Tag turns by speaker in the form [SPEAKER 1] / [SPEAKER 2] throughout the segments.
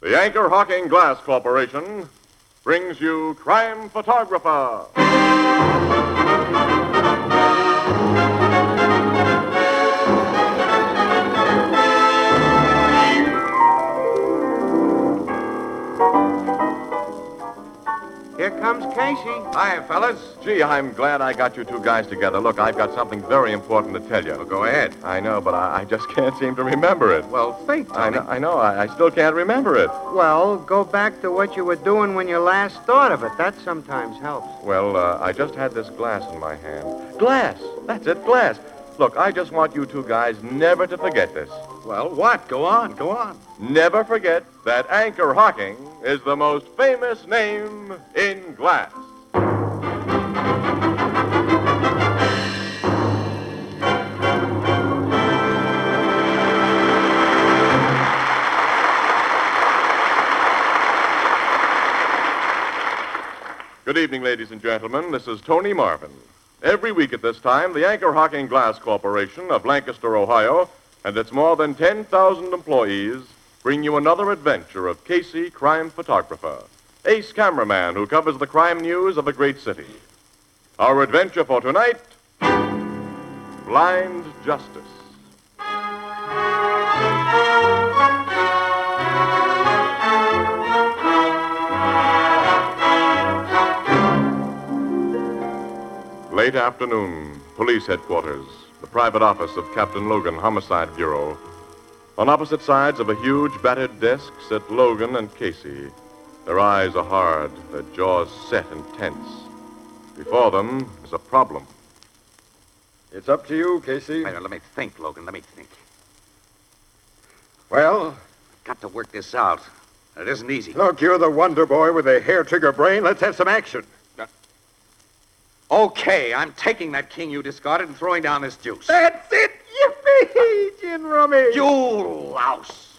[SPEAKER 1] The Anchor Hawking Glass Corporation brings you Crime Photographer.
[SPEAKER 2] Here comes Casey.
[SPEAKER 3] Uh,
[SPEAKER 1] Hi, fellas. Gee, I'm glad I got you two guys together. Look, I've got something very important to tell you.
[SPEAKER 2] Well, go ahead.
[SPEAKER 1] I know, but I, I just can't seem to remember it.
[SPEAKER 2] Well, think,
[SPEAKER 1] I
[SPEAKER 2] Tony.
[SPEAKER 1] know, I, know I, I still can't remember it.
[SPEAKER 3] Well, go back to what you were doing when you last thought of it. That sometimes helps.
[SPEAKER 1] Well, uh, I just had this glass in my hand. Glass! That's it, glass. Look, I just want you two guys never to forget this.
[SPEAKER 2] Well, what? Go on, go on.
[SPEAKER 1] Never forget that Anchor Hocking is the most famous name in glass. Good evening, ladies and gentlemen. This is Tony Marvin. Every week at this time, the Anchor Hocking Glass Corporation of Lancaster, Ohio, and its more than 10,000 employees bring you another adventure of Casey, crime photographer, ace cameraman who covers the crime news of a great city. Our adventure for tonight Blind Justice. Late afternoon, police headquarters, the private office of Captain Logan, Homicide Bureau. On opposite sides of a huge, battered desk sit Logan and Casey. Their eyes are hard, their jaws set and tense. Before them is a problem.
[SPEAKER 4] It's up to you, Casey.
[SPEAKER 2] Wait, a minute, let me think, Logan. Let me think.
[SPEAKER 4] Well,
[SPEAKER 2] Got to work this out. It isn't easy.
[SPEAKER 4] look, you're the wonder boy with a hair trigger brain. Let's have some action.
[SPEAKER 2] Okay, I'm taking that king you discarded and throwing down this juice.
[SPEAKER 4] That's it! Yippee! Gin rummy!
[SPEAKER 2] You louse!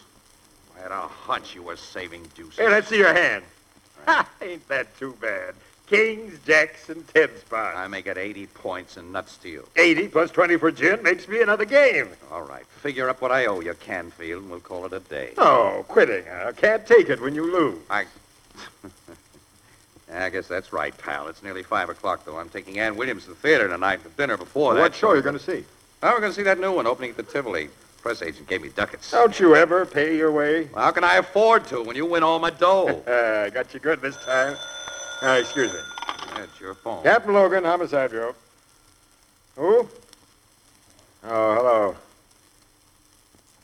[SPEAKER 2] I had a hunch you were saving juice.
[SPEAKER 4] Hey, let's see your hand. Ha! Ain't that too bad? Kings, jacks, and ten spots.
[SPEAKER 2] I may get 80 points and nuts to you.
[SPEAKER 4] 80 plus 20 for gin makes me another game.
[SPEAKER 2] All right, figure up what I owe you, Canfield, and we'll call it a day.
[SPEAKER 4] Oh, quitting. I can't take it when you lose.
[SPEAKER 2] I. I guess that's right, pal. It's nearly 5 o'clock, though. I'm taking Ann Williams to the theater tonight for dinner
[SPEAKER 5] Oh,
[SPEAKER 2] before that.
[SPEAKER 4] what show are you going to see?
[SPEAKER 2] Now we're going to see that new one opening at the Tivoli. Press agent gave me ducats.
[SPEAKER 4] Don't you ever pay your way?
[SPEAKER 2] How can I afford to when you win all my
[SPEAKER 5] Oh.
[SPEAKER 2] dough?
[SPEAKER 4] Uh, got you good this time. Uh, excuse me.
[SPEAKER 2] That's your phone.
[SPEAKER 4] Captain Logan, Homicide Bureau. Who? Oh, hello.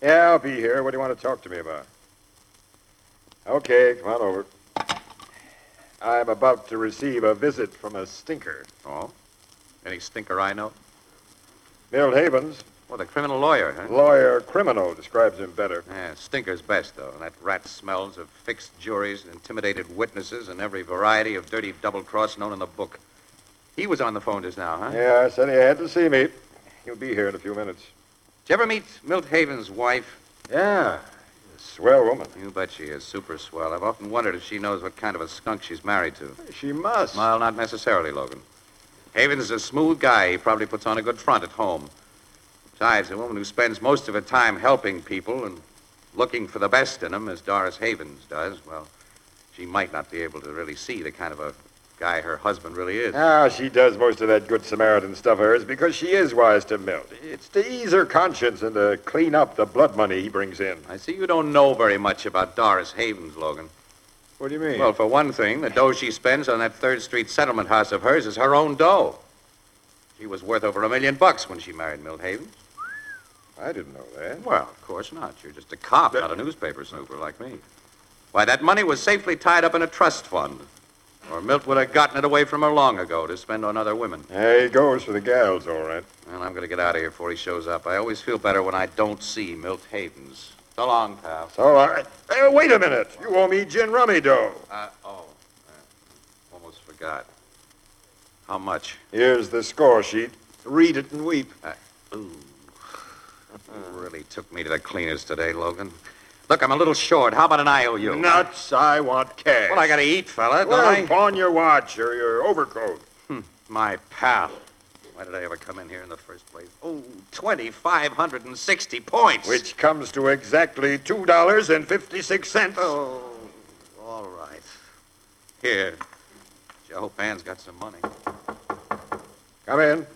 [SPEAKER 4] Yeah, I'll be here. What do you want to talk to me about? Okay, come on over. I'm about to receive a visit from a stinker.
[SPEAKER 2] Oh? Any stinker I know?
[SPEAKER 4] Milt Havens,
[SPEAKER 2] Well, the criminal lawyer, huh?
[SPEAKER 4] lawyer criminal, describes him better.
[SPEAKER 2] Yeah, stinker's best, though. And that rat smells of fixed juries, intimidated witnesses, and every variety of dirty double cross known in the book. He was on the phone just now, huh?
[SPEAKER 4] Yeah, I said he had to see me. He'll be here in a few minutes.
[SPEAKER 2] Did you ever meet Milt Haven's wife?
[SPEAKER 4] Yeah, swell woman.
[SPEAKER 2] You bet she is super swell. I've often wondered if she knows what kind of a skunk she's married to.
[SPEAKER 4] She must.
[SPEAKER 2] Well, not necessarily, Logan. Haven's is a smooth guy. He probably puts on a good front at home. Besides, a woman who spends most of her time helping people and looking for the best in them, as Doris Havens does, well, she might not be able to really see the kind of a guy her husband really is.
[SPEAKER 4] Ah, she does most of that good Samaritan stuff of hers because she is wise to Milt. It's to ease her conscience and to clean up the blood money he brings in.
[SPEAKER 2] I see you don't know very much about Doris Havens, Logan.
[SPEAKER 4] What do you mean?
[SPEAKER 2] Well, for one thing, the dough she spends on that Third Street settlement house of hers is her own dough. She was worth over a million bucks when she married Milt Havens.
[SPEAKER 4] I didn't know that.
[SPEAKER 2] Well, of course not. You're just a cop, not a newspaper snooper like me. Why, that money was safely tied up in a trust fund. Or Milt would have gotten it away from her long ago to spend on other women.
[SPEAKER 4] Hey, he goes for the gals, all right.
[SPEAKER 2] Well, I'm going to get out of here before he shows up. I always feel better when I don't see Milt Havens. So long, pal.
[SPEAKER 4] So, all right. Hey, wait a minute. You owe me gin rummy dough.
[SPEAKER 2] Uh, oh, uh, almost forgot. How much?
[SPEAKER 4] Here's the score sheet. Read it and weep.
[SPEAKER 2] Ooh. You really took me to the cleaners today, Logan. Look, I'm a little short. How about an IOU?
[SPEAKER 4] Nuts, I want cash.
[SPEAKER 2] Well, I got to eat, fella, don't
[SPEAKER 4] Well,
[SPEAKER 2] I?
[SPEAKER 4] pawn your watch or your overcoat.
[SPEAKER 2] My pal. Why did I ever come in here in the first place? Oh, 2,560 points.
[SPEAKER 4] Which comes to exactly $2.56.
[SPEAKER 2] Oh, All right. Here. Joe Pan's got some money.
[SPEAKER 6] Come in.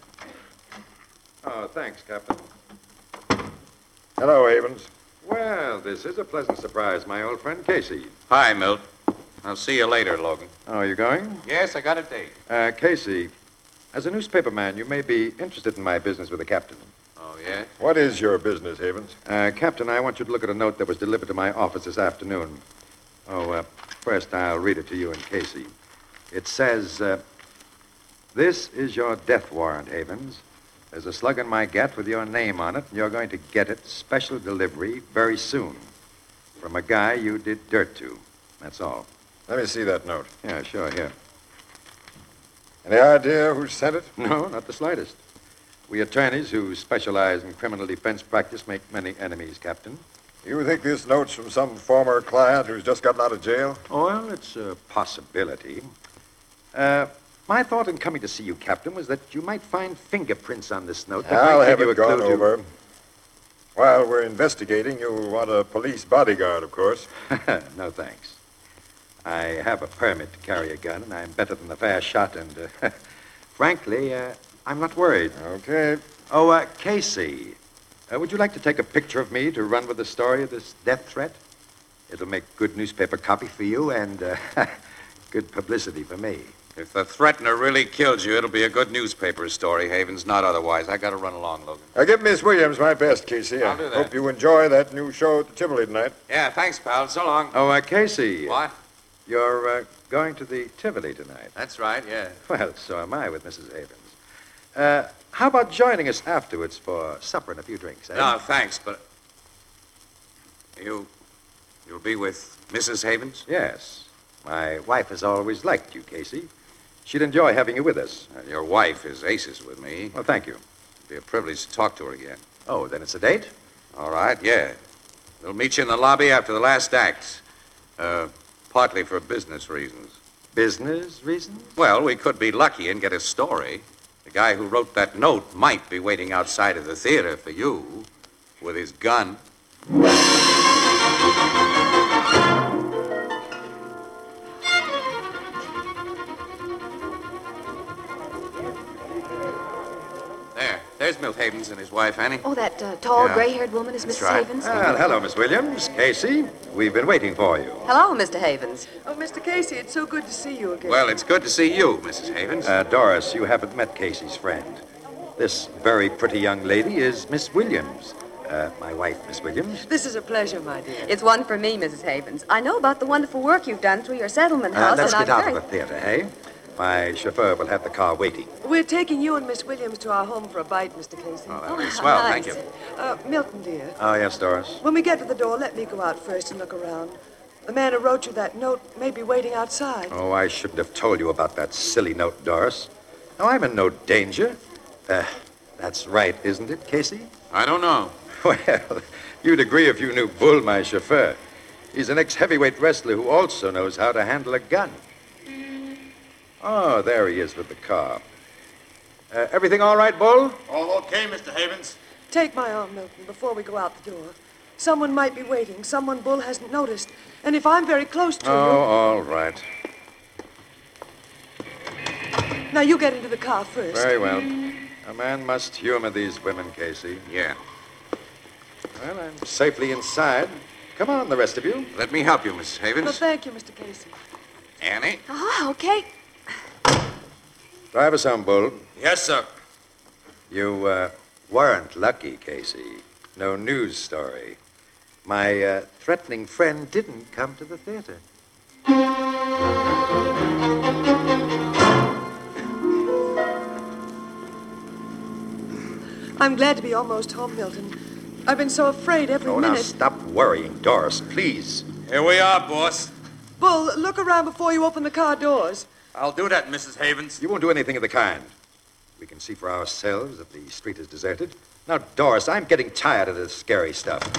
[SPEAKER 5] Oh, thanks, Captain.
[SPEAKER 6] Hello, Havens.
[SPEAKER 5] Well, this is a pleasant surprise, my old friend Casey.
[SPEAKER 2] Hi, Milt. I'll see you later, Logan.
[SPEAKER 5] Oh, you going?
[SPEAKER 2] Yes, I got a date.
[SPEAKER 5] Uh, Casey, as a newspaper man, you may be interested in my business with the captain.
[SPEAKER 2] Oh, yeah?
[SPEAKER 6] What is your business, Havens?
[SPEAKER 5] Uh, captain, I want you to look at a note that was delivered to my office this afternoon. Oh, uh, first I'll read it to you and Casey. It says, uh, This is your death warrant, Havens. There's a slug in my gat with your name on it, and you're going to get it special delivery very soon from a guy you did dirt to. That's all.
[SPEAKER 6] Let me see that note.
[SPEAKER 5] Yeah, sure, here.
[SPEAKER 6] Any idea who sent it?
[SPEAKER 5] No, not the slightest. We attorneys who specialize in criminal defense practice make many enemies, Captain.
[SPEAKER 6] You think this note's from some former client who's just gotten out of jail?
[SPEAKER 5] Oh, well, it's a possibility. Uh, my thought in coming to see you, Captain, was that you might find fingerprints on this note. that
[SPEAKER 6] I'll
[SPEAKER 5] might give
[SPEAKER 6] have
[SPEAKER 5] you
[SPEAKER 6] it
[SPEAKER 5] a clue
[SPEAKER 6] gone
[SPEAKER 5] to-
[SPEAKER 6] over. While we're investigating, you'll want a police bodyguard, of course.
[SPEAKER 5] no, thanks. I have a permit to carry a gun, and I'm better than a fair shot, and uh, frankly, uh, I'm not worried.
[SPEAKER 6] Okay.
[SPEAKER 5] Oh, uh, Casey, uh, would you like to take a picture of me to run with the story of this death threat? It'll make good newspaper copy for you and uh, good publicity for me.
[SPEAKER 2] If the threatener really killed you, it'll be a good newspaper story, Havens, not otherwise. I gotta run along, Logan.
[SPEAKER 6] Uh, give Miss Williams my best, Casey.
[SPEAKER 2] I'll do that.
[SPEAKER 6] I hope you enjoy that new show at the Tivoli tonight.
[SPEAKER 2] Yeah, thanks, pal. So long.
[SPEAKER 5] Oh, uh, Casey,
[SPEAKER 2] What?
[SPEAKER 5] you're uh, going to the Tivoli tonight.
[SPEAKER 2] That's right, yeah.
[SPEAKER 5] Well, so am I with Mrs. Havens. Uh, how about joining us afterwards for supper and a few drinks? Eh?
[SPEAKER 2] No, thanks, but. You. You'll be with Mrs. Havens?
[SPEAKER 5] Yes. My wife has always liked you, Casey. She'd enjoy having you with us.
[SPEAKER 2] Uh, your wife is aces with me.
[SPEAKER 5] Well, thank you.
[SPEAKER 2] It'll be a privilege to talk to her again.
[SPEAKER 5] Oh, then it's a date?
[SPEAKER 2] All right, yeah. We'll meet you in the lobby after the last act. Uh, partly for business reasons.
[SPEAKER 5] Business reasons?
[SPEAKER 2] Well, we could be lucky and get a story. The guy who wrote that note might be waiting outside of the theater for you with his gun. There. There's Milt Havens and his wife, Annie.
[SPEAKER 7] Oh, that uh, tall,
[SPEAKER 2] Yeah.
[SPEAKER 7] gray-haired woman is
[SPEAKER 2] That's
[SPEAKER 7] Mrs.
[SPEAKER 2] right.
[SPEAKER 7] Havens.
[SPEAKER 5] Well, hello, Miss Williams. Casey, we've been waiting for you.
[SPEAKER 7] Hello, Mr. Havens.
[SPEAKER 8] Oh, Mr. Casey, it's so good to see you again.
[SPEAKER 2] Well, it's good to see you, Mrs. Havens.
[SPEAKER 5] Uh, Doris, you haven't met Casey's friend. This very pretty young lady is Miss Williams. Uh, my wife, Miss Williams.
[SPEAKER 8] this is a pleasure, my dear.
[SPEAKER 7] It's one for me, Mrs. Havens. I know about the wonderful work you've done through your settlement
[SPEAKER 5] Uh,
[SPEAKER 7] house,
[SPEAKER 5] let's
[SPEAKER 7] and
[SPEAKER 5] get
[SPEAKER 7] I'm
[SPEAKER 5] out
[SPEAKER 7] very...
[SPEAKER 5] of the theater, hey? My chauffeur will have the car waiting.
[SPEAKER 8] We're taking you and Miss Williams to our home for a bite, Mr. Casey.
[SPEAKER 2] Oh, that'll be
[SPEAKER 7] Oh,
[SPEAKER 2] swell.
[SPEAKER 7] nice.
[SPEAKER 2] Thank you.
[SPEAKER 8] Uh, Milton, dear,
[SPEAKER 5] Oh, yes, Doris.
[SPEAKER 8] when we get to the door, let me go out first and look around. The man who wrote you that note may be waiting outside.
[SPEAKER 5] Oh, I shouldn't have told you about that silly note, Doris. Now, I'm in no danger. Uh, that's right, isn't it, Casey?
[SPEAKER 2] I don't know.
[SPEAKER 5] Well, you'd agree if you knew Bull, my chauffeur. He's an ex heavyweight wrestler who also knows how to handle a gun. Oh, there he is with the car. Uh, everything all right, Bull?
[SPEAKER 9] All okay, Mr. Havens?
[SPEAKER 8] Take my arm, Milton, before we go out the door. Someone might be waiting, someone Bull hasn't noticed. And if I'm very close to
[SPEAKER 5] Oh, all right.
[SPEAKER 8] you. Now, you get into the car first.
[SPEAKER 5] Very well. A man must humor these women, Casey.
[SPEAKER 2] Yeah.
[SPEAKER 5] Well, I'm safely inside. Come on, the rest of you.
[SPEAKER 2] Let me help you, Mrs.
[SPEAKER 8] Well,
[SPEAKER 2] Havens.
[SPEAKER 8] thank you, Mr. Casey.
[SPEAKER 2] Annie?
[SPEAKER 7] Ah, okay.
[SPEAKER 5] Drive us home, Bull.
[SPEAKER 9] Yes, sir.
[SPEAKER 5] You uh, weren't lucky, Casey. No news story. My uh, threatening friend didn't come to the theater.
[SPEAKER 8] I'm glad to be almost home, Milton. I've been so afraid every
[SPEAKER 5] Oh, now
[SPEAKER 8] minute.
[SPEAKER 5] stop worrying, Doris, please.
[SPEAKER 9] Here we are, boss.
[SPEAKER 8] Bull, look around before you open the car doors.
[SPEAKER 9] I'll do that, Mrs. Havens.
[SPEAKER 5] You won't do anything of the kind. We can see for ourselves that the street is deserted. Now, Doris, I'm getting tired of this scary stuff.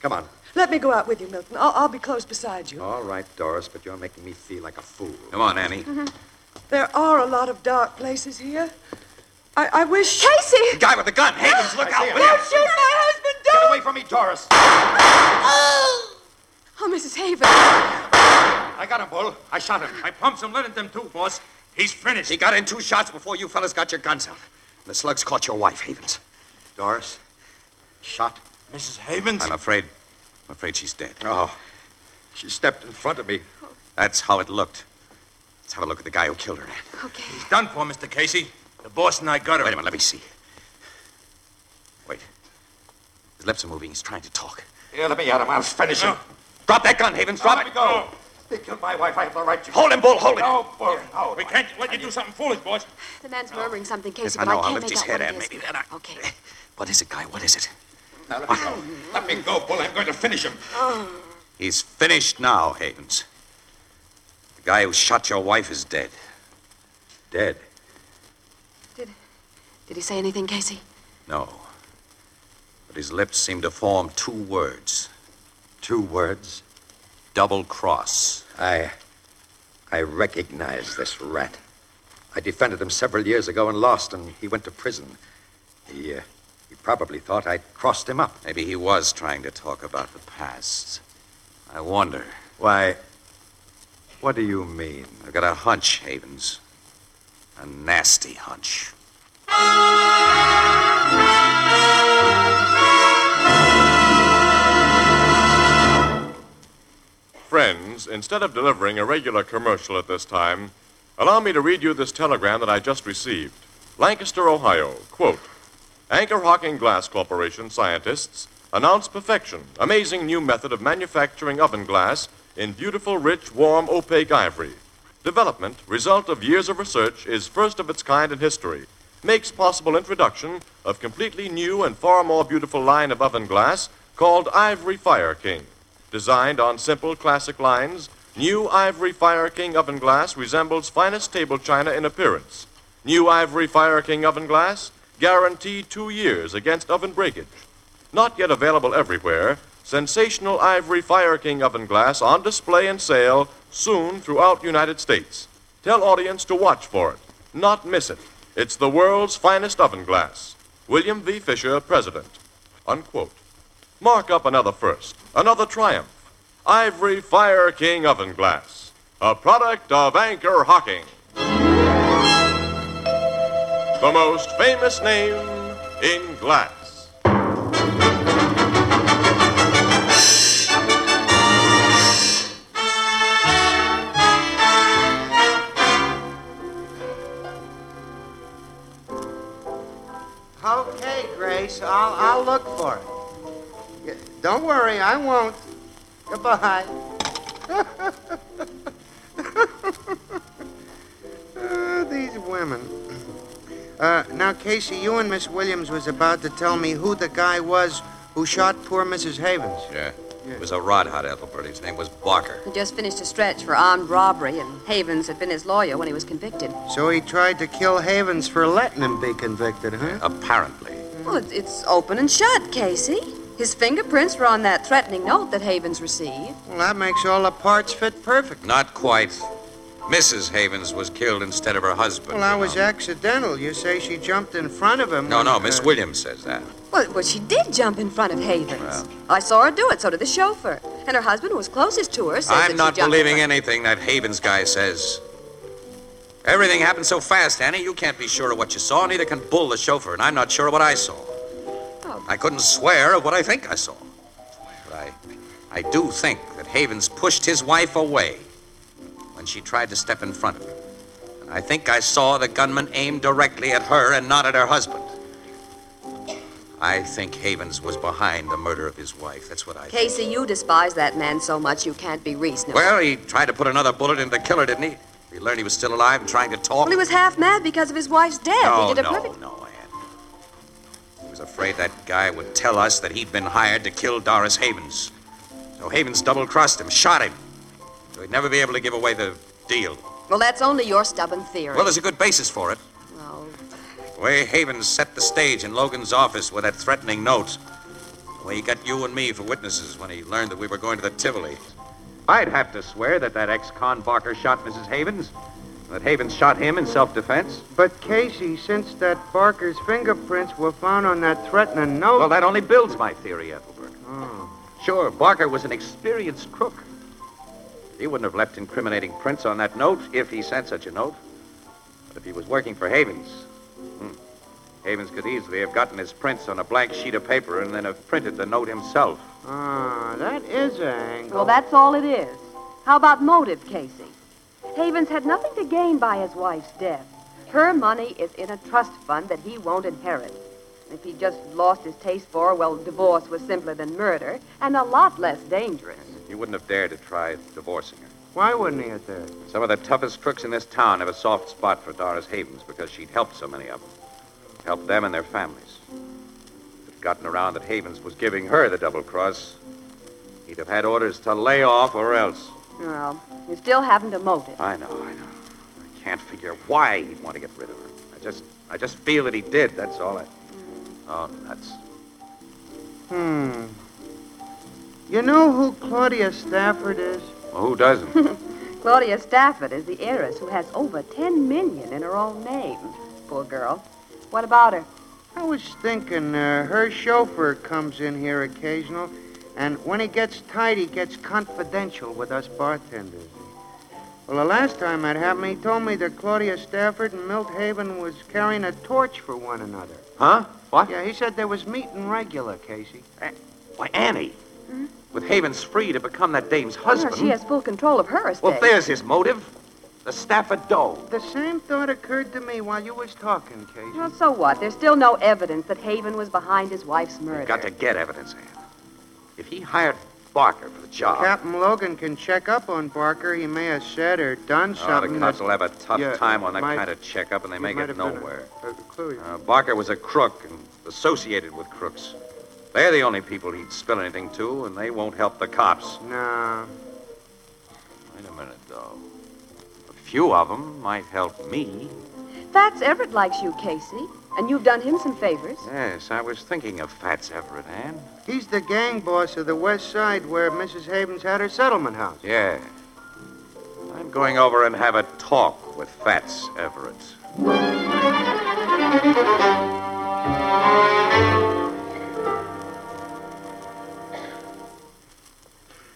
[SPEAKER 5] Come on.
[SPEAKER 8] Let me go out with you, Milton. I'll, I'll be close beside you.
[SPEAKER 5] All right, Doris, but you're making me feel like a fool.
[SPEAKER 2] Come on, Annie.
[SPEAKER 8] There are a lot of dark places here. I, I wish.
[SPEAKER 7] Casey!
[SPEAKER 2] Guy with the gun. Havens, look out. will you?
[SPEAKER 8] shoot my husband!
[SPEAKER 5] Get away from me, Doris.
[SPEAKER 10] Oh, Mrs. Havens.
[SPEAKER 9] I got him, Bull. I shot him. I pumped some lead in them, too, boss. He's finished.
[SPEAKER 2] He got in two shots before you fellas got your guns out. And the slugs caught your wife, Havens. Doris, shot.
[SPEAKER 9] Mrs. Havens?
[SPEAKER 2] I'm afraid. I'm afraid she's dead.
[SPEAKER 5] Oh, she stepped in front of me.
[SPEAKER 2] That's how it looked. Let's have a look at the guy who killed her.
[SPEAKER 10] Okay.
[SPEAKER 9] He's done for, Mr. Casey. The boss and I got him.
[SPEAKER 2] Wait a minute, let me see. Wait. His lips are moving. He's trying to talk.
[SPEAKER 9] Here, let me out of him. I'll finish
[SPEAKER 2] him. Drop that gun, Havens. Drop it.
[SPEAKER 9] go. They killed my wife. I have the right to.
[SPEAKER 2] Hold him, Bull. Hold him.
[SPEAKER 9] Bull. No. We can't let you do something foolish, boss.
[SPEAKER 10] The man's murmuring something, Casey,
[SPEAKER 2] Yes, I
[SPEAKER 10] but
[SPEAKER 2] know.
[SPEAKER 10] I
[SPEAKER 2] I'll
[SPEAKER 10] can't
[SPEAKER 2] lift
[SPEAKER 10] make
[SPEAKER 2] his
[SPEAKER 10] out
[SPEAKER 2] head
[SPEAKER 10] what
[SPEAKER 2] and
[SPEAKER 10] it is.
[SPEAKER 2] maybe then I.
[SPEAKER 10] Okay.
[SPEAKER 2] What is it, guy? What is it?
[SPEAKER 9] Let me go, Bull. I'm going to finish him.
[SPEAKER 2] He's finished now, Havens. The guy who shot your wife is dead. Dead?
[SPEAKER 10] Did he say anything, Casey?
[SPEAKER 2] No. But his lips seem to form two words.
[SPEAKER 5] Two words.
[SPEAKER 2] Double cross.
[SPEAKER 5] I. I recognize this rat. I defended him several years ago and lost, and he went to prison. He, uh, he probably thought I'd crossed him up.
[SPEAKER 2] Maybe he was trying to talk about the past. I wonder.
[SPEAKER 5] Why, what do you mean?
[SPEAKER 2] I've got a hunch, Havens. A nasty hunch.
[SPEAKER 1] Friends, instead of delivering a regular commercial at this time, allow me to read you this telegram that I just received. Lancaster, Ohio. Quote Anchor Hocking Glass Corporation scientists announce perfection, amazing new method of manufacturing oven glass in beautiful, rich, warm, opaque ivory. Development, result of years of research, is first of its kind in history. Makes possible introduction of completely new and far more beautiful line of oven glass called Ivory Fire King. Designed on simple classic lines, new Ivory Fire King oven glass resembles finest table china in appearance. New Ivory Fire King oven glass guaranteed two years against oven breakage. Not yet available everywhere, sensational Ivory Fire King oven glass on display and sale soon throughout United States. Tell audience to watch for it, not miss it. It's the world's finest oven glass. William V. Fisher, President. Unquote. Mark up another first, another triumph. Ivory Fire King Oven Glass, a product of Anchor Hocking. The most famous name in glass.
[SPEAKER 3] Okay, Grace, I'll, I'll look for it. Y- Don't worry, I won't. Goodbye. Oh, these women. Uh, now, Casey, you and Miss Williams was about to tell me who the guy was who shot poor Mrs. Havens.
[SPEAKER 2] Yeah. It was a rodhot, Ethelbert. His name was Barker.
[SPEAKER 7] He just finished a stretch for armed robbery, and Havens had been his lawyer when he was convicted.
[SPEAKER 3] So he tried to kill Havens for letting him be convicted, huh?
[SPEAKER 2] Apparently.
[SPEAKER 7] Well, it's, it's open and shut, Casey. His fingerprints were on that threatening note that Havens received.
[SPEAKER 3] Well, that makes all the parts fit perfect.
[SPEAKER 2] Not quite. Mrs. Havens was killed instead of her husband.
[SPEAKER 3] Well, that
[SPEAKER 2] you
[SPEAKER 3] was
[SPEAKER 2] know.
[SPEAKER 3] accidental. You say she jumped in front of him.
[SPEAKER 2] No,
[SPEAKER 3] when,
[SPEAKER 2] no,
[SPEAKER 3] uh,
[SPEAKER 2] Miss Williams says that.
[SPEAKER 7] Well, well, she did jump in front of Havens. I saw her do it, so did the chauffeur. And her husband, who was closest to her, says that
[SPEAKER 2] I'm
[SPEAKER 7] she
[SPEAKER 2] not
[SPEAKER 7] jumped
[SPEAKER 2] believing
[SPEAKER 7] in. front-
[SPEAKER 2] anything that Havens guy says. Everything happened so fast, Annie. You can't be sure of what you saw, neither can Bull the chauffeur, and I'm not sure of what I saw.
[SPEAKER 7] Oh.
[SPEAKER 2] I couldn't swear of what I think I saw. But I, I do think that Havens pushed his wife away when she tried to step in front of him. And I think I saw the gunman aim directly at her and not at her husband. I think Havens was behind the murder of his wife. That's what I think.
[SPEAKER 7] Casey, you despise that man so much you can't be reasonable.
[SPEAKER 2] Well, he tried to put another bullet into the killer, didn't he? He learned he was still alive and trying to talk.
[SPEAKER 7] Well, he was half mad because of his wife's death.
[SPEAKER 2] no,
[SPEAKER 7] he did a
[SPEAKER 2] Oh, no,
[SPEAKER 7] perfect.
[SPEAKER 2] no, Ann. He was afraid that guy would tell us that he'd been hired to kill Doris Havens. So Havens double-crossed him, shot him. So he'd never be able to give away the deal.
[SPEAKER 7] Well, that's only your stubborn theory.
[SPEAKER 2] Well, there's a good basis for it.
[SPEAKER 7] Well,
[SPEAKER 2] The way Havens set the stage in Logan's office with that threatening note. The way he got you and me for witnesses when he learned that we were going to the Tivoli. I'd have to swear that that ex-con Barker shot Mrs. Havens. That Havens shot him in self-defense.
[SPEAKER 3] But Casey, since that Barker's fingerprints were found on that threatening note,
[SPEAKER 2] Well, that only builds my theory, Ethelbert. Sure, Oh, Barker was an experienced crook. He wouldn't have left incriminating prints on that note if he sent such a note. But if he was working for Havens, hmm, Havens could easily have gotten his prints on a blank sheet of paper and then have printed the note himself.
[SPEAKER 3] Ah, that is an angle.
[SPEAKER 11] Well, that's all it is. How about motive, Casey? Havens had nothing to gain by his wife's death. Her money is in a trust fund that he won't inherit. If he just lost his taste for her, well, divorce was simpler than murder and a lot less dangerous.
[SPEAKER 2] He wouldn't have dared to try divorcing her.
[SPEAKER 3] Why wouldn't he have dared?
[SPEAKER 2] Some of the toughest crooks in this town have a soft spot for Doris Havens because she'd helped so many of them. Helped them and their families. If it'd gotten around that Havens was giving her the double cross, he'd have had orders to lay off or else.
[SPEAKER 11] Well, you still haven't a motive.
[SPEAKER 2] I know, I know. I can't figure why he'd want to get rid of her. I just, I just feel that he did. That's all. I. Oh, nuts.
[SPEAKER 3] Hmm. You know who Claudia Stafford is?
[SPEAKER 2] Well, who doesn't?
[SPEAKER 11] Claudia Stafford is the heiress who has over 10 million in her own name. Poor girl. What about her?
[SPEAKER 3] I was thinking uh, her chauffeur comes in here occasional, and when he gets tight, he gets confidential with us bartenders. Well, the last time that happened, he told me that Claudia Stafford and Milt Haven was carrying a torch for one another.
[SPEAKER 2] huh? What?
[SPEAKER 3] Yeah, he said there was meeting regular, Casey.
[SPEAKER 2] Why, Annie. With Havens free to become that dame's husband.
[SPEAKER 11] Well, Hmm? Oh, she has full control of her estate.
[SPEAKER 2] Well, there's his motive. The Stafford Doe.
[SPEAKER 3] The same thought occurred to me while you was talking, Casey.
[SPEAKER 11] Well, so what? There's still no evidence that Haven was behind his wife's murder.
[SPEAKER 2] We've got to get evidence, Ann. If he hired Barker for the job,
[SPEAKER 3] Captain Logan can check up on Barker. He may have said or done
[SPEAKER 2] oh, the
[SPEAKER 3] something.
[SPEAKER 2] cops will have a tough
[SPEAKER 3] Yeah,
[SPEAKER 2] time on that
[SPEAKER 3] might-
[SPEAKER 2] kind of checkup, and they may
[SPEAKER 3] might
[SPEAKER 2] get
[SPEAKER 3] have been a-
[SPEAKER 2] nowhere.
[SPEAKER 3] a clue.
[SPEAKER 2] Uh, Barker was a crook and associated with crooks. They're the only people he'd spill anything to, and they won't help the cops.
[SPEAKER 3] No.
[SPEAKER 2] Wait a minute, though. A few of them might help me.
[SPEAKER 7] Fats Everett likes you, Casey, and you've done him some favors.
[SPEAKER 2] Yes, I was thinking of Fats Everett, Ann.
[SPEAKER 3] He's the gang boss of the west side where Mrs. Havens had her settlement house.
[SPEAKER 2] Yeah. I'm going over and have a talk with Fats Everett.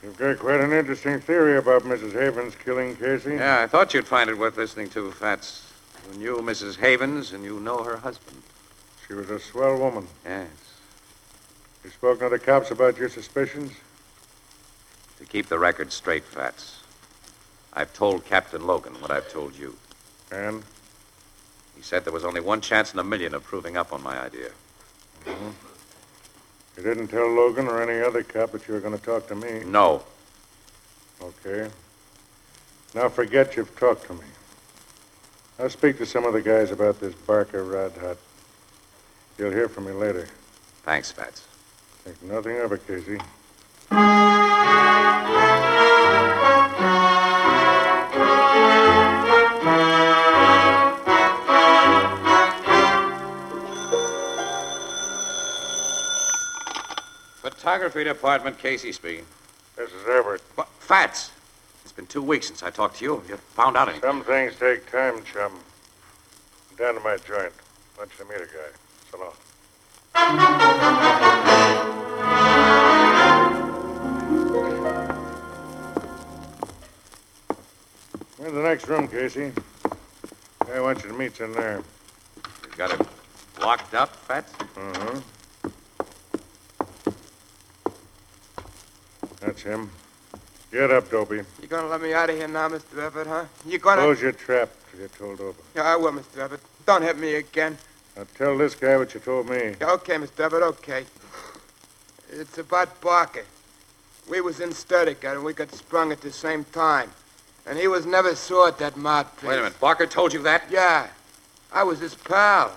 [SPEAKER 6] You've got quite an interesting theory about Mrs. Havens killing Casey.
[SPEAKER 2] Yeah, I thought you'd find it worth listening to, Fats. You knew Mrs. Havens, and you know her husband.
[SPEAKER 6] She was a swell woman.
[SPEAKER 2] Yes.
[SPEAKER 6] You spoken to the cops about your suspicions?
[SPEAKER 2] To keep the record straight, Fats, I've told Captain Logan what I've told you.
[SPEAKER 6] And?
[SPEAKER 2] He said there was only one chance in a million of proving up on my idea.
[SPEAKER 6] You didn't tell Logan or any other cop that you were going to talk to me.
[SPEAKER 2] No.
[SPEAKER 6] Okay. Now forget you've talked to me. I'll speak to some of the guys about this Barker Rod Hut. You'll hear from me later.
[SPEAKER 2] Thanks, Fats.
[SPEAKER 6] Think nothing of it, Casey.
[SPEAKER 2] Photography department, Casey speaking.
[SPEAKER 6] This is Everett.
[SPEAKER 2] But, Fats! It's been two weeks since I talked to you. Have you found out anything?
[SPEAKER 6] Some things take time, chum. Down to my joint. Lunch to meet a guy. So long. We're in the next room, Casey. I want you to meet's in there.
[SPEAKER 2] You've got it locked up, Fats?
[SPEAKER 6] Uh-huh. That's him. Get up, Dopey.
[SPEAKER 12] You gonna let me out of here now, Mr. Everett, huh? You gonna?
[SPEAKER 4] Oh.
[SPEAKER 6] Close your trap till you're told over.
[SPEAKER 12] Yeah, I will, Mr. Everett. Don't hit me again.
[SPEAKER 6] Now tell this guy what you told me.
[SPEAKER 12] Yeah, okay, Mr. Everett, okay. It's about Barker. We was in Sturdica and we got sprung at the same time. And he was never sore at that mart place.
[SPEAKER 2] Wait a minute. Barker told you that?
[SPEAKER 12] Yeah. I was his pal.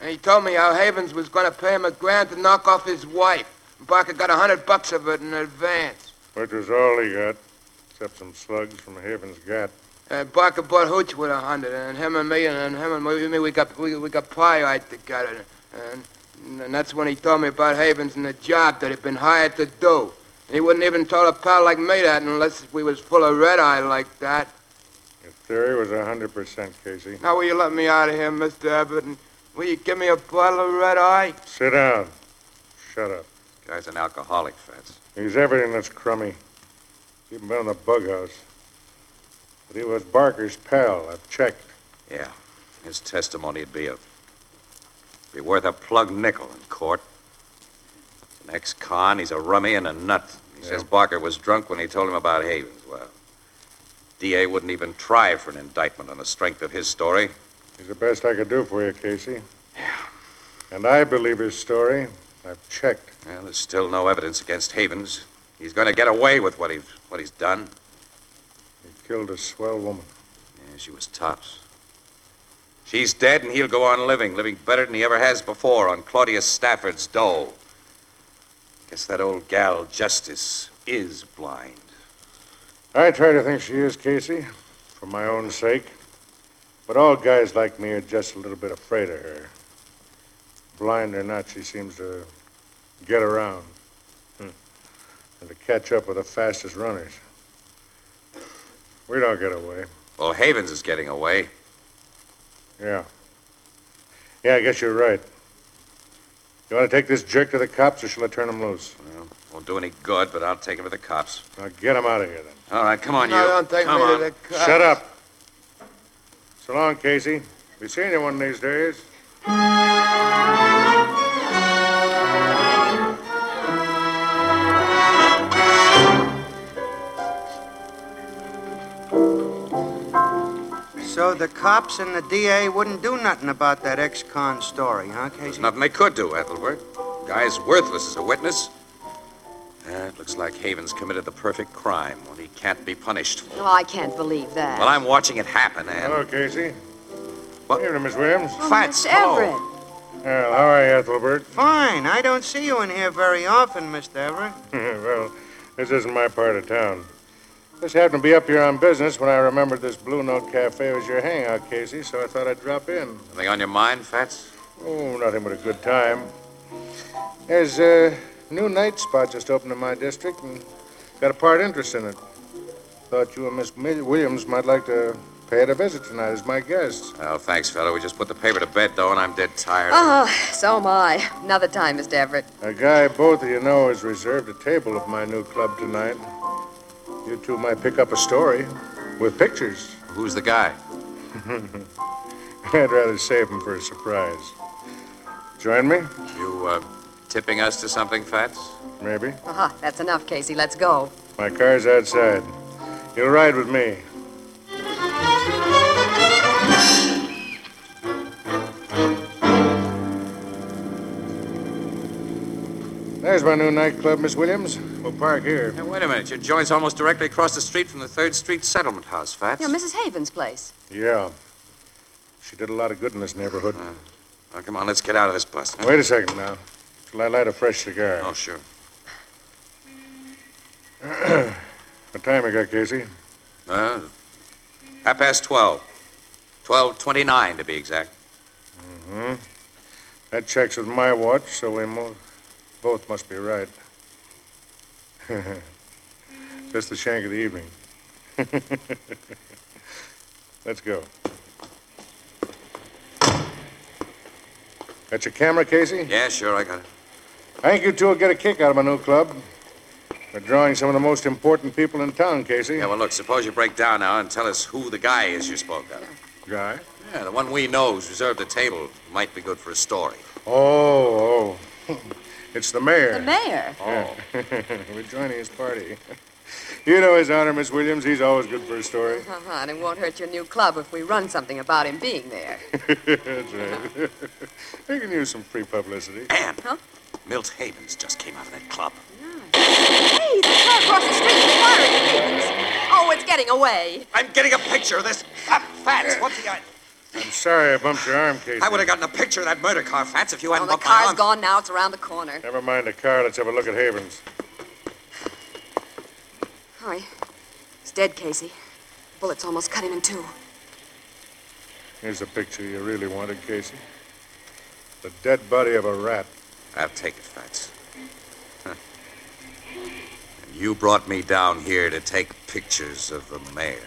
[SPEAKER 12] And he told me how Havens was gonna pay him a grand to knock off his wife. Barker got a hundred bucks of it in advance.
[SPEAKER 6] Which was all he got, except some slugs from Haven's Gat.
[SPEAKER 12] And Barker bought hooch with a hundred, and him and me, and him and me, we- we got we, we got pie right together, and, and that's when he told me about Havens and the job that he'd been hired to do. And he wouldn't even tell a pal like me that unless we was full of red eye like that.
[SPEAKER 6] Your theory was 100%, Casey.
[SPEAKER 12] Now will you let me out of here, Mister Abbott? And will you give me a bottle of red eye?
[SPEAKER 6] Sit down. Shut up.
[SPEAKER 2] Guy's an alcoholic, Fats.
[SPEAKER 6] He's everything that's crummy. He's even been in the bug house. But he was Barker's pal. I've checked.
[SPEAKER 2] Yeah. His testimony'd be a be worth a plug nickel in court. He's an ex-con. He's a rummy and a nut. He says Barker was drunk when he told him about Havens. Well, DA wouldn't even try for an indictment on the strength of his story.
[SPEAKER 6] He's the best I could do for you, Casey. Yeah. And I believe his story. I've checked.
[SPEAKER 2] Well, there's still no evidence against Havens. He's going to get away with what he's what he's done.
[SPEAKER 6] Killed a swell woman.
[SPEAKER 2] Yeah, she was tops. She's dead, and he'll go on living, living better than he ever has before on Claudius Stafford's dole. Guess that old gal, Justice, is blind.
[SPEAKER 6] I try to think she is, Casey, for my own sake. But all guys like me are just a little bit afraid of her. Blind or not, she seems to get around hmm. and to catch up with the fastest runners. We don't get away.
[SPEAKER 2] Well, Havens is getting away.
[SPEAKER 6] Yeah. Yeah, I guess you're right. You want to take this jerk to the cops, or shall I turn him loose?
[SPEAKER 2] Won't do any good, but I'll take him to the cops.
[SPEAKER 6] Now get him out of here, then.
[SPEAKER 2] All right, come on,
[SPEAKER 12] No,
[SPEAKER 2] you.
[SPEAKER 12] don't take
[SPEAKER 2] come
[SPEAKER 12] me to
[SPEAKER 2] on.
[SPEAKER 12] the cops.
[SPEAKER 6] Shut up. So long, Casey. Be seeing you one of these days.
[SPEAKER 3] So the cops and the DA wouldn't do nothing about that ex-con story, huh, Casey?
[SPEAKER 2] There's nothing they could do, Ethelbert. Guy's worthless as a witness. Eh, it looks like Havens committed the perfect crime, one he can't be punished for.
[SPEAKER 10] Oh, I can't believe that.
[SPEAKER 2] Well, I'm watching it happen, and.
[SPEAKER 6] Hello, Casey. What? Evening, Miss Williams.
[SPEAKER 10] Oh, Fats, Miss hello. Everett.
[SPEAKER 6] Well, how are you, Ethelbert?
[SPEAKER 3] Fine. I don't see you in here very often, Mr. Everett.
[SPEAKER 6] well, this isn't my part of town. Just happened to be up here on business when I remembered this Blue Note Cafe was your hangout, Casey, so I thought I'd drop in.
[SPEAKER 2] Anything on your mind, Fats?
[SPEAKER 6] Oh, nothing but a good time. There's a new night spot just opened in my district, and got a part interest in it. Thought you and Miss Mil- Williams might like to pay it a visit tonight as my guests.
[SPEAKER 2] Well, thanks, fella. We just put the paper to bed, though, and I'm dead tired.
[SPEAKER 7] Oh, so am I. Another time, Mr. Everett.
[SPEAKER 6] A guy both of you know has reserved a table at my new club tonight. You two might pick up a story with pictures.
[SPEAKER 2] Who's the guy?
[SPEAKER 6] I'd rather save him for a surprise. Join me,
[SPEAKER 2] You, uh, tipping us to something, Fats?
[SPEAKER 6] maybe?
[SPEAKER 7] Aha, that's enough, Casey. Let's go.
[SPEAKER 6] My car's outside. You'll ride with me. There's my new nightclub, Miss Williams. We'll park here.
[SPEAKER 2] Now, wait a minute. Your joint's almost directly across the street from the Third Street Settlement House, Fats.
[SPEAKER 7] Yeah, Mrs. Haven's place.
[SPEAKER 6] Yeah. She did a lot of good in this neighborhood.
[SPEAKER 2] Oh, come on, let's get out of this bus.
[SPEAKER 6] Wait a second now. Till I light a fresh cigar.
[SPEAKER 2] Oh, sure.
[SPEAKER 6] What time you got, Casey?
[SPEAKER 2] Uh, half past 12. 12.29, to be exact.
[SPEAKER 6] Mm-hmm. That checks with my watch, so we mo- both must be right. Just the shank of the evening. Let's go. Got your camera, Casey?
[SPEAKER 2] Yeah, sure, I got it.
[SPEAKER 6] I think you two will get a kick out of my new club. We're drawing some of the most important people in town, Casey.
[SPEAKER 2] Yeah, well, look, suppose you break down now and tell us who the guy is you spoke of.
[SPEAKER 6] Guy?
[SPEAKER 2] Yeah, the one we know who's reserved a table. Might be good for a story.
[SPEAKER 6] Oh, oh. it's the mayor.
[SPEAKER 7] The mayor.
[SPEAKER 6] Oh. We're joining his party. You know his honor, Miss Williams. He's always good for a story.
[SPEAKER 7] Uh-huh, and it won't hurt your new club if we run something about him being there.
[SPEAKER 6] That's right. he can use some free publicity.
[SPEAKER 2] And
[SPEAKER 7] Huh?
[SPEAKER 2] Milt Havens just came out of that club.
[SPEAKER 7] Hey, the car across the street is firing at Havens. Oh, it's getting away.
[SPEAKER 2] I'm getting a picture of this. Ah, Fats, what's the... I,
[SPEAKER 6] I'm sorry I bumped your arm, Casey.
[SPEAKER 2] I would have gotten a picture of that murder car, Fats, if you
[SPEAKER 7] Oh,
[SPEAKER 2] hadn't
[SPEAKER 7] the
[SPEAKER 2] bumped my
[SPEAKER 7] car's
[SPEAKER 2] arm.
[SPEAKER 7] gone now. It's around the corner.
[SPEAKER 6] Never mind the car. Let's have a look at Havens.
[SPEAKER 10] Hurry. He's dead, Casey. Bullets almost cut him in two.
[SPEAKER 6] Here's the picture you really wanted, Casey. The dead body of a rat.
[SPEAKER 2] I'll take it, Fats. Huh. And you brought me down here to take pictures of the mayor.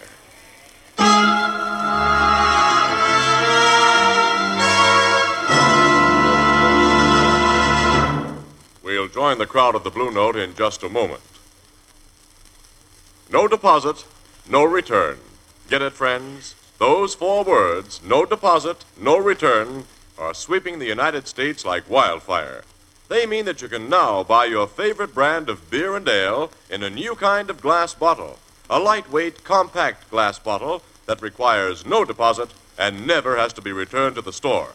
[SPEAKER 1] We'll He'll join the crowd at the Blue Note in just a moment. No deposit, no return. Get it, friends? Those four words, no deposit, no return, are sweeping the United States like wildfire. They mean that you can now buy your favorite brand of beer and ale in a new kind of glass bottle, a lightweight, compact glass bottle that requires no deposit and never has to be returned to the store.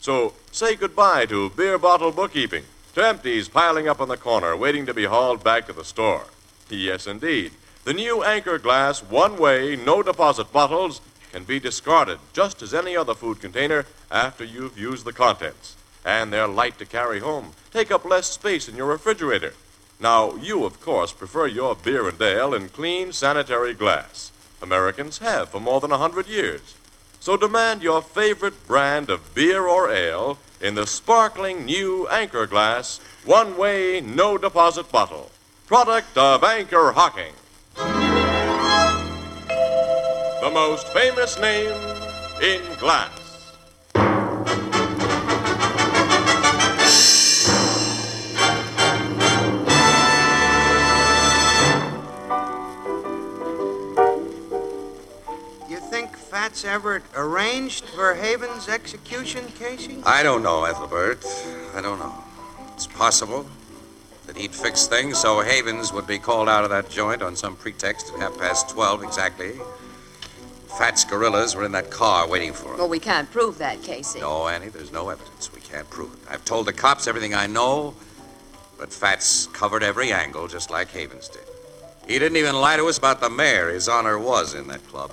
[SPEAKER 1] So say goodbye to beer bottle bookkeeping, to empties piling up on the corner waiting to be hauled back to the store. Yes, indeed. The new Anchor Glass one way, no deposit bottles can be discarded just as any other food container after you've used the contents. And they're light to carry home, take up less space in your refrigerator. Now, you, of course, prefer your beer and ale in clean, sanitary glass. Americans have for more than a 100 years. So demand your favorite brand of beer or ale in the sparkling new Anchor Glass one way, no deposit bottle. Product of Anchor Hocking. The most famous name in glass.
[SPEAKER 3] You think Fats Everett arranged for Haven's execution, Casey?
[SPEAKER 2] I don't know, Ethelbert. I don't know. It's possible that he'd fix things so Havens would be called out of that joint on some pretext at half past 12 exactly. Fats gorillas were in that car waiting for him.
[SPEAKER 10] Well, we can't prove that, Casey.
[SPEAKER 2] No, Annie, there's no evidence. We can't prove it. I've told the cops everything I know, but Fats covered every angle just like Havens did. He didn't even lie to us about the mayor. His honor was in that club.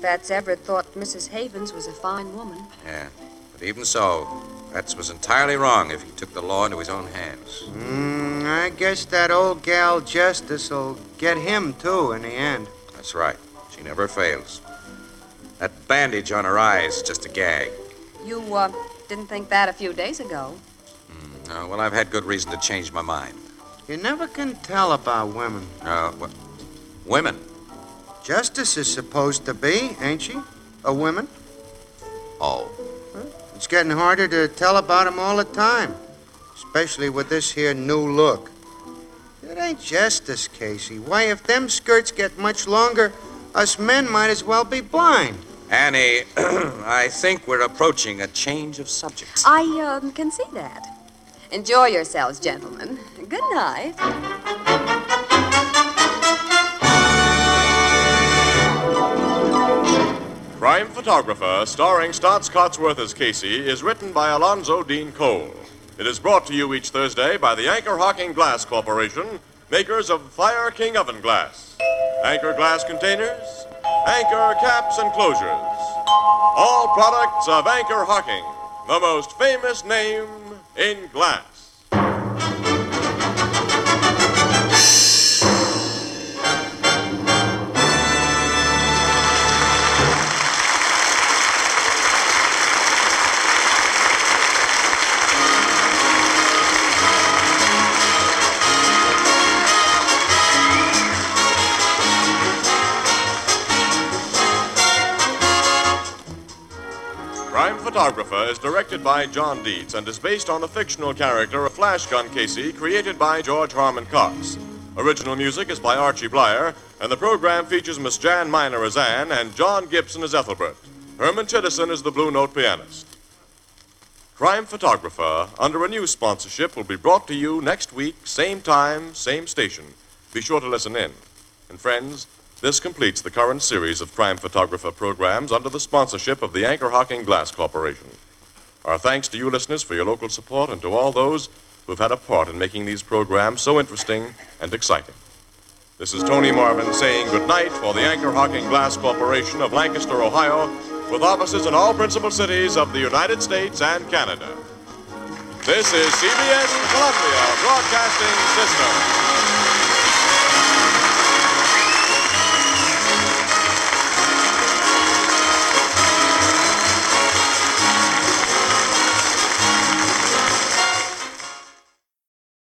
[SPEAKER 10] Fats Everett thought Mrs. Havens was a fine woman.
[SPEAKER 2] Yeah. But even so, Fats was entirely wrong if he took the law into his own hands.
[SPEAKER 3] Mm, I guess that old gal Justice will get him, too, in the end.
[SPEAKER 2] That's right. She never fails. That bandage on her eye is just a gag.
[SPEAKER 10] You, uh, didn't think that a few days ago.
[SPEAKER 2] Uh, well, I've had good reason to change my mind.
[SPEAKER 3] You never can tell about women.
[SPEAKER 2] Uh, wh- women?
[SPEAKER 3] Justice is supposed to be, ain't she? A woman?
[SPEAKER 2] Oh.
[SPEAKER 3] It's getting harder to tell about 'em all the time, especially with this here new look. It ain't justice, Casey. Why, if them skirts get much longer, us men might as well be blind.
[SPEAKER 2] Annie, I think we're approaching a change of subject.
[SPEAKER 7] I um, can see that. Enjoy yourselves, gentlemen. Good night.
[SPEAKER 1] Crime Photographer, starring Stotts Cotsworth as Casey, is written by Alonzo Dean Cole. It is brought to you each Thursday by the Anchor Hocking Glass Corporation, makers of Fire King Oven Glass, Anchor Glass Containers, Anchor Caps and Closures. All products of Anchor Hocking, the most famous name in glass. Crime Photographer is directed by John Dietz and is based on the fictional character of Flash Gun Casey created by George Harmon Cox. Original music is by Archie Blyer, and the program features Miss Jan Miner as Anne and John Gibson as Ethelbert. Herman Chittison is the Blue Note pianist. Crime Photographer, under a new sponsorship, will be brought to you next week, same time, same station. Be sure to listen in. And friends, this completes the current series of crime photographer programs under the sponsorship of the Anchor Hocking Glass Corporation. Our thanks to you listeners for your local support and to all those who've had a part in making these programs so interesting and exciting. This is Tony Marvin saying goodnight for the Anchor Hocking Glass Corporation of Lancaster, Ohio, with offices in all principal cities of the United States and Canada. This is CBS Columbia Broadcasting System.